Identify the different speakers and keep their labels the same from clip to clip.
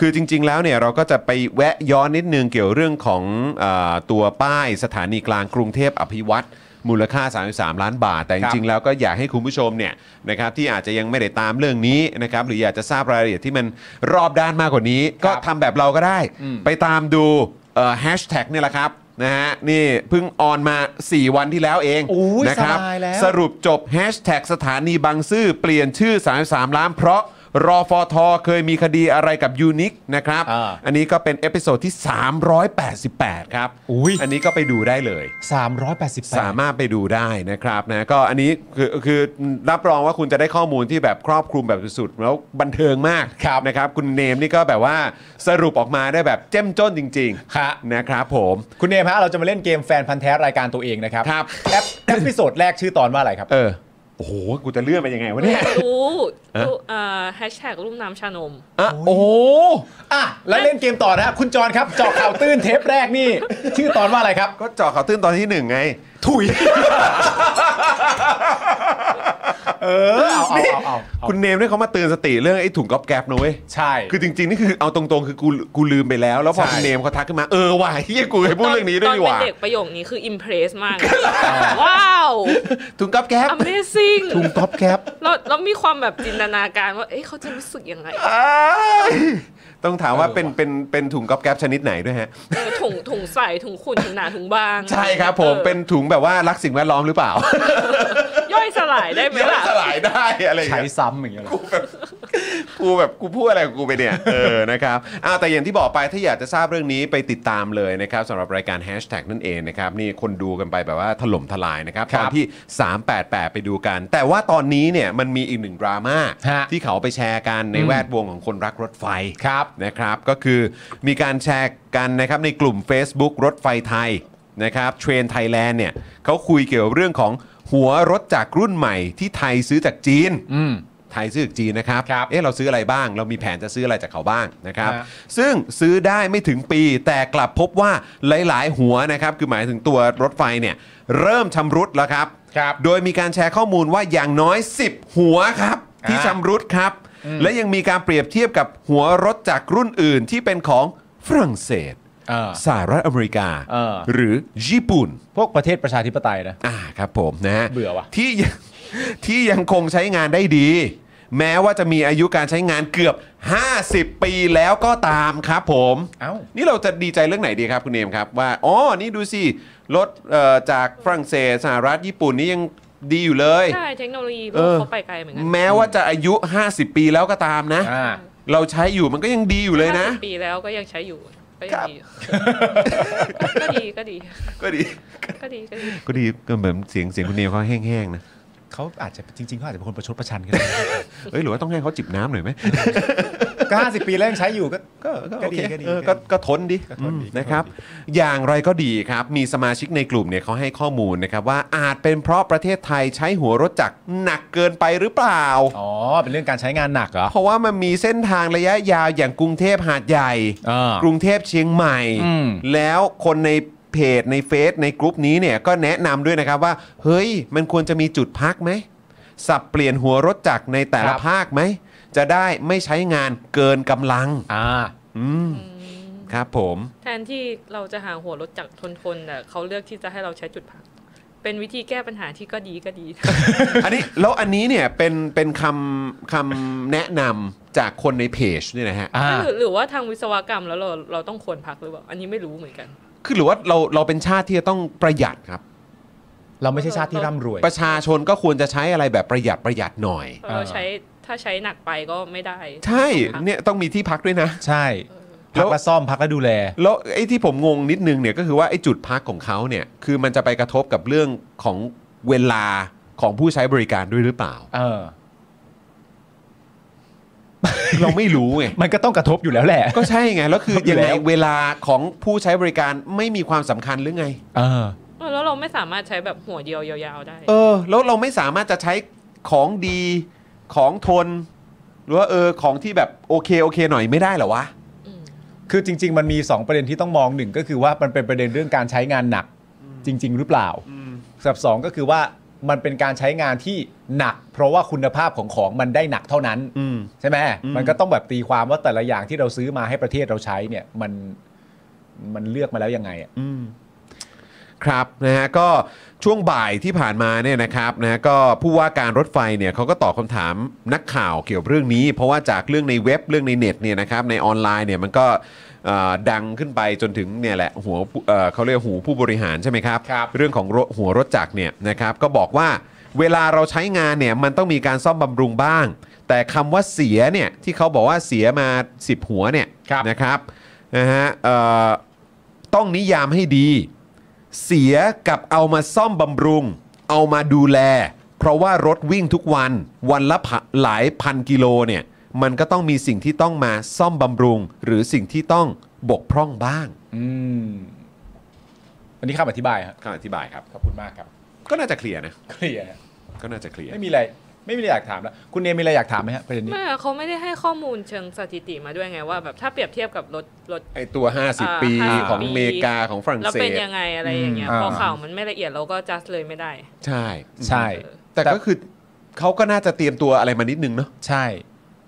Speaker 1: คือจริง ๆ แล้วเนี่ยเราก็จะไปแวะย้อนนิดนึงเกี่ยวเรื่องของอาตัวป้ายสถานีกลางกรุงเทพอภิวัตรมูลค่า 33 ล้านบาท แต่จริง ๆ แล้วก็อยากให้คุณผู้ชมเนี่ยนะครับที่อาจจะยังไม่ได้ตามเรื่องนี้นะครับหรืออยากจะทราบรายละเอียดที่มันรอบด้านมากกว่านี้ ก็ทำแบบเราก็ได้ ไปตามดูแฮชแท็กเนี่ยแหละครับนะฮะนี่เพิ่งออนมา 4 วันที่แล้วเอง
Speaker 2: โอ้ย
Speaker 1: นะครั
Speaker 2: สบายแล้ว
Speaker 1: สรุปจบแฮชแท็กสถานีบางซื่อเปลี่ยนชื่อ 33 ล้านเพราะรอฟอทอเคยมีคดีอะไรกับยูนิคนะครับ
Speaker 2: อ่า
Speaker 1: อันนี้ก็เป็นเอพิโซดที่ 388 ครับ
Speaker 2: อุ๊ย
Speaker 1: นนี้ก็ไปดูได้เลย
Speaker 2: 388
Speaker 1: สามารถไปดูได้นะครับนะก็อันนี้คือคือรับรองว่าคุณจะได้ข้อมูลที่แบบครอบคลุมแบบสุดๆแล้วบันเทิงมาก
Speaker 2: ครับ
Speaker 1: นะครับ คุณเนมนี่ก็แบบว่าสรุปออกมาได้แบบเจ้มจ้นจริง
Speaker 2: ฮะ
Speaker 1: นะครับผม
Speaker 2: คุณเนมฮะเราจะมาเล่นเกมแฟนพันธ์แท้รายการตัวเองนะครับ
Speaker 1: ครับ
Speaker 2: แอปแอปพิโซดแรกชื่อตอนว่าอะไรครับ
Speaker 1: เออโอ้โหกูจะเลื่อนไปยังไงวะเนี่ย
Speaker 3: รู้รู้แฮชแท็กรุ่มน้ำชานม
Speaker 1: อ่ะโอ้โห
Speaker 2: อ่ะ แล้วเล่นเกมต่อนะฮะคุณจรครับเจอข่าวตื้นเทปแรกนี่ ชื่อตอนว่าอะไรครับ
Speaker 1: ก็เจาะข่าวตื้นตอนที่หนึ่งไง
Speaker 2: ถุย เออ เอาเอาเอาเอาเอา
Speaker 1: คุณเนมเนี่ยเขามาเตือนสติเรื่องไอ้ถุงก๊อบแก๊บนะเว้ย
Speaker 2: ใช่
Speaker 1: คือจริงๆ นี่คือเอาตรงๆ คือกูกูลืมไปแล้ว แล้วพอ
Speaker 2: ใช่
Speaker 1: คุณเนมเขาทักขึ้นมาเออว่ะเฮียกูเคยพูดเรื่องนี้ด้วย
Speaker 3: ตอน
Speaker 1: นี่ห
Speaker 3: เป็น
Speaker 1: ว่า
Speaker 3: เด็กประโยคนี้คืออิมเพรสมาก ว้าว
Speaker 1: ถุงก๊อบแก๊บ
Speaker 3: Amazing
Speaker 1: ถุงก๊อบแก๊บ
Speaker 3: เราเรามีความแบบจินตนาการว่า เอ๊ะเขาจะรู้สึกยังไง
Speaker 1: อ้ายต้องถามว่าเป็นเป็นเป็นถุงก๊อบแก๊บชนิดไหนด้วยฮะ
Speaker 3: เออถุงถุงใส่ ถุงขุ่น ถุงหนา ถุงบาง
Speaker 1: ใช่ครับผม
Speaker 3: ออ
Speaker 1: เป็นถุงแบบว่ารักสิ่งแวดล้อมหรือเปล่า
Speaker 3: ย่อยสลายได้ไหม
Speaker 1: ย่อย
Speaker 3: ล่ะ
Speaker 1: สลายได้อะไรอย่าง
Speaker 2: ใช้
Speaker 1: เงี้ย
Speaker 2: ซ้ำอย่างเงี้ยเหรอ
Speaker 1: กูแบบกูพูดอะไรของกูไปเนี่ยเออนะครับอ้าวแต่อย่างที่บอกไปถ้าอยากจะทราบเรื่องนี้ไปติดตามเลยนะครับสำหรับรายการแฮชแท็กนั่นเองนะครับนี่คนดูกันไปแบบว่าถล่มทลายนะครับ
Speaker 2: ค
Speaker 1: ต
Speaker 2: รั
Speaker 1: อบ นที่ 388 ไปดูกัน แต่ว่าตอนนี้เนี่ยมันมีอีกหนึ่งดราม่า
Speaker 2: ฮะ
Speaker 1: ที่เขาไปแชร์กันในแวดวงของคนรักรถไฟ
Speaker 2: ครับ
Speaker 1: นะครับก็คือมีการแชร์กันนะครับในกลุ่ม Facebook รถไฟไทยนะครับเทรนไทยแลนด์เนี่ยเขาคุยเกี่ยวกับเรื่องของหัวรถจากรุ่นใหม่ที่ไทยซื้อจากจีนไทยซื้อจากจีนนะครับ
Speaker 2: ครับ
Speaker 1: เอ๊ะเราซื้ออะไรบ้าง เรามีแผนจะซื้ออะไรจากเขาบ้างนะครับ
Speaker 2: ฮะ
Speaker 1: ซึ่งซื้อได้ไม่ถึงปี แต่กลับพบว่าหลาย ๆ หัวนะครับคือหมายถึงตัวรถไฟเนี่ยเริ่มชำรุดแล้วครับ
Speaker 2: ครับ
Speaker 1: โดยมีการแชร์ข้อมูลว่าอย่างน้อย 10 หัวครับ
Speaker 2: อ่า
Speaker 1: ที่ชำรุดครับ และยังมีการเปรียบเทียบกับหัวรถจากรุ่นอื่นที่เป็นของฝรั่งเศส
Speaker 2: เออ
Speaker 1: สหรัฐอเมริกา
Speaker 2: เออ
Speaker 1: หรือญี่ปุ่น
Speaker 2: พวกประเทศประชาธิปไตยนะ
Speaker 1: อ่าครับผมนะฮะ
Speaker 2: เบื่อว่ะ
Speaker 1: ที่ ยังที่ยังคงใช้งานได้ดี แม้ว่าจะมีอายุการใช้งานเกือบ 50 ปีแล้วก็ตามครับผม
Speaker 2: เอ้า
Speaker 1: นี่เราจะดีใจเรื่องไหนดีครับคุณเนมครับ ว่าอ๋อนี่ดูสิรถเอ่อจากฝรั่งเศสสหรัฐญี่ปุ่นนี่ยังดีอยู่เลย
Speaker 3: ใช่ เทคโนโลยี
Speaker 1: เออ
Speaker 3: เขาไปไกลเหมือนกัน
Speaker 1: แม้ว่าจะอายุ 50 ปีแล้วก็ตามนะ
Speaker 2: อ่า
Speaker 1: เราใช้อยู่มันก็ยังดีอยู่เลยนะ
Speaker 3: ห้าสิบปีแล้วก็ยังใช้อยู่ ก็ยังดีอยู่ก็ดีก็ดี
Speaker 1: ก็ดี
Speaker 3: ก็ดีก็ดี
Speaker 1: ก็ดีก็เหมือนเสียงเสียงคุณเนมเขาแห้งๆนะ
Speaker 2: เขาอาจจะจริงๆเขาอาจจะเป็นคนประชดประชันกัน
Speaker 1: เอ้ยหรือว่าต้องให้เขาจิบน้ำหน่อยไหม
Speaker 2: ก็ห้าสิบปีแล้วยังใช้อยู่ก็
Speaker 1: ก็
Speaker 2: ก็
Speaker 1: โอ
Speaker 2: ดี
Speaker 1: เค
Speaker 2: ก็ดี
Speaker 1: เออก็ก็ทนดี
Speaker 2: ก็ทนดี
Speaker 1: อืม
Speaker 2: ก็ทนดี
Speaker 1: นะครับ อย่างไรก็ดีครับ มีสมาชิกในกลุ่มเนี่ยเขาให้ข้อมูลนะครับ ว่าอาจเป็นเพราะประเทศไทยใช้หัวรถจักรหนักเกินไปหรือเปล่า
Speaker 2: อ๋อ เป็นเรื่องการใช้งานหนักเหรอ
Speaker 1: เพราะว่ามันมีเส้นทางระยะยาวอย่างกรุงเทพหาดใหญ่
Speaker 2: อ่าก
Speaker 1: รุงเทพเชียงใหม่
Speaker 2: อืม
Speaker 1: แล้วคนในเพจในเฟซในกรุ๊ปนี้เนี่ยก็แนะนำด้วยนะครับว่า เฮ้ย มันควรจะมีจุดพักไหม สับเปลี่ยนหัวรถจักรในแต่ละภาคไหม จะได้ไม่ใช้งานเกินกำลัง
Speaker 2: อ่า
Speaker 1: อืมครับผม
Speaker 3: แทนที่เราจะหาหัวรถจักรทนๆแต่เขาเลือกที่จะให้เราใช้จุดพัก เป็นวิธีแก้ปัญหาที่ก็ดีก็ดี
Speaker 1: อันนี้แล้วอันนี้เนี่ยเป็นเป็นคำคำแนะนำจากคนในเพจเนี่ยนะฮะ
Speaker 2: อ่า
Speaker 3: หรือหรือว่าทางวิศวกรรมแล้วเราเราต้องควรพักหรือเปล่า อันนี้ไม่รู้เหมือนกัน
Speaker 1: คือหรือว่าเราเราเป็นชาติที่จะต้องประหยัดครับ
Speaker 2: เราไม่ใช่ชาติที่ร่ำรวย
Speaker 1: ประชาชนก็ควรจะใช้อะไรแบบประหยัดประหยัดหน่อย
Speaker 3: เพราะเราใช้ถ้าใช้หนักไปก็ไม่ได้
Speaker 1: ใช่
Speaker 3: ต้องพัก
Speaker 1: เนี่ยต้องมีที่พักด้วยนะ
Speaker 2: ใช่
Speaker 1: แล้ว
Speaker 2: พักและซ่อมพักและดูแล
Speaker 1: แล้วไอ้ที่ผมงงนิดนึงเนี่ยก็คือว่าไอ้จุดพักของเขาเนี่ยคือมันจะไปกระทบกับเรื่องของเวลาของผู้ใช้บริการด้วยหรือเปล่า
Speaker 2: เออ
Speaker 1: เราไม่รู้ไง
Speaker 2: มันก็ต้องกระทบอยู่แล้วแหละ
Speaker 1: ก็ใช่ไงแล้วคือ
Speaker 2: ครับอยู่
Speaker 1: ยังไง
Speaker 2: แล้ว
Speaker 1: เวลาของผู้ใช้บริการไม่มีความสำคัญหรือไง
Speaker 2: เออ
Speaker 3: เออแล้วเราไม่สามารถใช้แบบหัวเดียวยาวๆได้
Speaker 1: เออแล้วเราไม่สามารถจะใช้ของดีของทน หรือว่าเออของที่แบบโอเคโอเคหน่อยไม่ได้เหรอวะ
Speaker 2: คือจริง ๆ มันมี 2 ประเด็นที่ต้องมองหนึ่งก็คือว่ามันเป็นประเด็นเรื่องการใช้งานหนักจริง ๆ หรือเปล่ากับสองก็คือว่า มันเป็นการใช้งานที่หนัก เพราะว่าคุณภาพของของมันได้หนักเท่านั้น
Speaker 1: อืม
Speaker 2: ใช่ไหม
Speaker 1: อืม
Speaker 2: มันก็ต้องแบบตีความว่าแต่ละอย่างที่เราซื้อมาให้ประเทศเราใช้เนี่ยมันมันเลือกมาแล้วยังไงอะ
Speaker 1: อืมครับนะฮะก็ช่วงบ่ายที่ผ่านมาเนี่ยนะครับนะฮะก็ผู้ว่าการรถไฟเนี่ยเขาก็ตอบคำถามนักข่าวเกี่ยวกับเรื่องนี้ เพราะว่าจากเรื่องในเว็บเรื่องในเน็ตเนี่ยนะครับในออนไลน์เนี่ยมันก็เอ่อดังขึ้นไปจนถึงเนี่ยแหละหัวผู้เอ่อเขาเรียกหูผู้บริหารใช่ไหมครับ
Speaker 2: ครับ
Speaker 1: เรื่องของรถหัวรถจักรเนี่ยนะครับก็บอกว่าเวลาเราใช้งานเนี่ยมันต้องมีการซ่อมบำรุงบ้าง แต่คำว่าเสียเนี่ยที่เขาบอกว่าเสียมา 10 หัวเนี่ย
Speaker 2: ครับ
Speaker 1: นะครับนะฮะเอ่อต้องนิยามให้ดี เสียกับเอามาซ่อมบำรุง เอามาดูแล เพราะว่ารถวิ่งทุกวัน วันละผะหลายพันกิโลเนี่ยมันก็ต้องมีสิ่งที่ต้องมาซ่อมบำรุง หรือสิ่งที่ต้องบกพร่องบ้าง
Speaker 2: อืมอันนี้คำอธิบายครับ
Speaker 1: คำอธิบายครับ
Speaker 2: ขอบคุณมากครับ
Speaker 1: ก็น่าจะเคลียร์นะ
Speaker 2: เคลียร์ฮะ
Speaker 1: ก็น่าจะเคลียร์
Speaker 2: ไม่มีอะไร ไม่มีอะไรอยากถามแล้ว คุณเนมมีอะไรอยากถามไหมฮะประเด็นนี้
Speaker 3: ไม่อะเขาไม่ได้ให้ข้อมูลเชิงสถิติมาด้วยไงว่าแบบถ้าเปรียบเทียบกับรถรถ
Speaker 1: ไอตัว 50
Speaker 3: อ่า
Speaker 1: ปี
Speaker 3: 50
Speaker 1: ของ
Speaker 3: ปี
Speaker 1: อเมริกาของฝรั่ง
Speaker 3: แล้ว
Speaker 1: เศ
Speaker 3: เป็
Speaker 1: ส
Speaker 3: นยังไงอะไรอย่างเงี้ย
Speaker 2: อืม
Speaker 3: พอ
Speaker 2: อ่า
Speaker 3: ข่าวมันไม่ละเอียดเราก็จัดเลยไม่ได้
Speaker 1: ใช่
Speaker 2: ใช่
Speaker 1: แต่ก็คือเขาก็น่าจะเตรียมตัวอะไรมานิดนึงเนาะ
Speaker 2: ใช่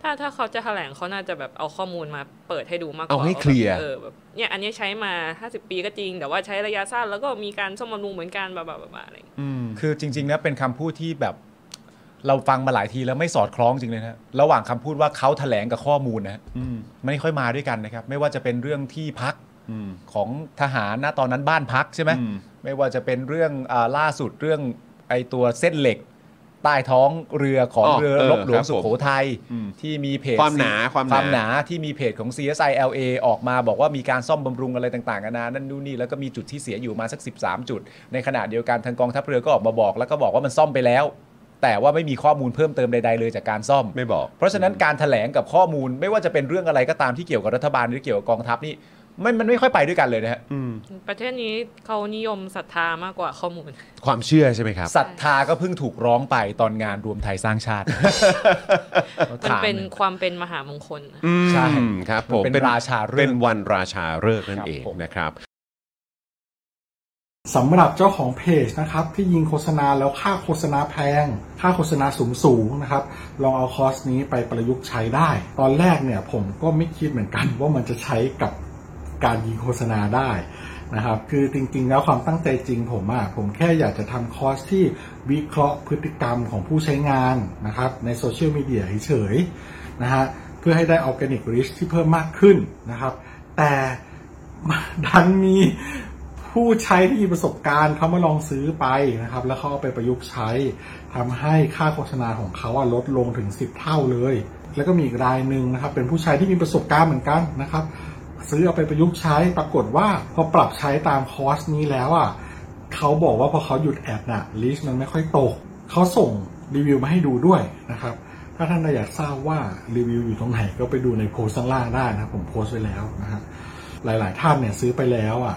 Speaker 3: ถ้าถ้าเขาจะแถลงเขาน่าจะแบบเอาข้อมูลมาเปิดให้ดูมากกว่า
Speaker 1: เอาให้
Speaker 3: แบบ
Speaker 1: เคลียร์
Speaker 3: เออแบบเนี่ยอันเนี้ยใช้มา 50 ปีก็จริง แต่ว่าใช้ระยะสั้นแล้วก็มีการซ่อมบำรุงเหมือนกันแบบแบบแบบอะไรอย่างเงี้ย
Speaker 1: อืม
Speaker 2: คือจริงๆนะเป็นคำพูดที่แบบเราฟังมาหลายทีแล้วไม่สอดคล้องจริงเลยนะระหว่างคำพูดว่าเขาแถลงกับข้อมูลนะฮะ
Speaker 1: อืม
Speaker 2: ไม่ค่อยมาด้วยกันนะครับ ไม่ว่าจะเป็นเรื่องที่พัก
Speaker 1: อืม
Speaker 2: ของทหารนะตอนนั้นบ้านพักใช่ไหม
Speaker 1: อืม
Speaker 2: ไม่ว่าจะเป็นเรื่องอาล่าสุดเรื่องไอตัวเส้นเหล็ก ใต้ท้องเรือของ
Speaker 1: อ๋อ
Speaker 2: เรือ
Speaker 1: เออ
Speaker 2: รบหลว
Speaker 1: ค
Speaker 2: ง
Speaker 1: รับผม
Speaker 2: สุโขทัย
Speaker 1: อืม
Speaker 2: ที่มีเพจ
Speaker 1: ความหนาความหนา
Speaker 2: ความหนาที่มีเพจของ CSI LA ออกมาบอกว่ามีการซ่อมบำรุงอะไรต่างๆนานานั่นนู่นนี่แล้วก็มีจุดที่เสียอยู่มาสัก 13 จุด ในขณะเดียวกันทางกองทัพเรือก็ออกมาบอก แล้วก็บอกว่ามันซ่อมไปแล้ว แต่ว่าไม่มีข้อมูลเพิ่มเติมใดๆเลยจากการซ่อม
Speaker 1: ไม่บอก
Speaker 2: เพราะฉะนั้นการถแถลงกับข้อมูลไม่ว่าจะเป็นเรื่องอะไรก็ตามที่เกี่ยวกับรัฐบาลหรือเกี่ยวกับกองทัพนี่ไม่มันไม่ค่อยไปด้วยกันเลยนะฮะ
Speaker 1: อืม
Speaker 3: ประเทศนี้เขานิยมศรัทธามากกว่าข้อมูล
Speaker 1: ความเชื่อใช่ไหมครับ
Speaker 2: ศรัทธาก็เพิ่งถูกร้องไปตอนงานรวมไทยสร้างชาติ
Speaker 3: มันเป็นความเป็นมหามงคลนะ
Speaker 1: อืม
Speaker 2: ใช่
Speaker 1: ครับผม
Speaker 2: มันเป็นราชาฤกษ์
Speaker 1: เป็นวันราชาฤกษ์นั่นเอง
Speaker 2: ครับผม
Speaker 1: นะครับ
Speaker 4: สำหรับเจ้าของเพจนะครับที่ยิงโฆษณาแล้วค่าโฆษณาแพง ค่าโฆษณาสูงสูงๆนะครับ ลองเอาคอร์สนี้ไปประยุกต์ใช้ได้ ตอนแรกเนี่ยผมก็ไม่คิดเหมือนกัน ว่ามันจะใช้กับการยิงโฆษณาได้นะครับ คือจริงๆ แล้วความตั้งใจจริงผมอะผมแค่อยากจะทำคอร์สที่วิเคราะห์พฤติกรรมของผู้ใช้งานนะครับ ในโซเชียลมีเดียเฉยๆนะฮะเพื่อให้ได้ออร์แกนิกริชที่เพิ่มมากขึ้นนะครับ แต่ ดันมีผู้ใช้ที่มีประสบการณ์เขามาลองซื้อไปนะครับ แล้วเขาเอาไปประยุกต์ใช้ทำให้ค่าโฆษณาของเขาอะลดลงถึง 10 เท่าเลย แล้วก็มีอีกรายหนึ่งนะครับ เป็นผู้ใช้ที่มีประสบการณ์เหมือนกันนะครับ ซื้อเอาไปประยุกต์ใช้ปรากฏว่าพอปรับใช้ตามคอร์สนี้แล้วอ่ะเขาบอกว่าพอเขาหยุดแอดน่ะลิสต์มันไม่ค่อยตกเขาส่งรีวิวมาให้ดูด้วยนะครับ ถ้าท่านอยากทราบว่ารีวิวอยู่ตรงไหนก็ไปดูในโพสต์ข้างล่างได้นะครับผมโพสต์ไว้แล้วนะครับ หลาย ๆ ท่านเนี่ยซื้อไปแล้วอ่ะ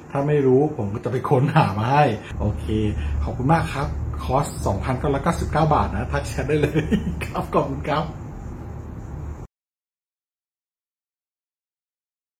Speaker 4: ถ้าไม่รู้ผมก็จะไปค้นหามาให้ โอเค ขอบคุณมากครับ คอร์ส 2,999 บาทนะ ทักแชทได้เลย ครับ ขอบคุณครับ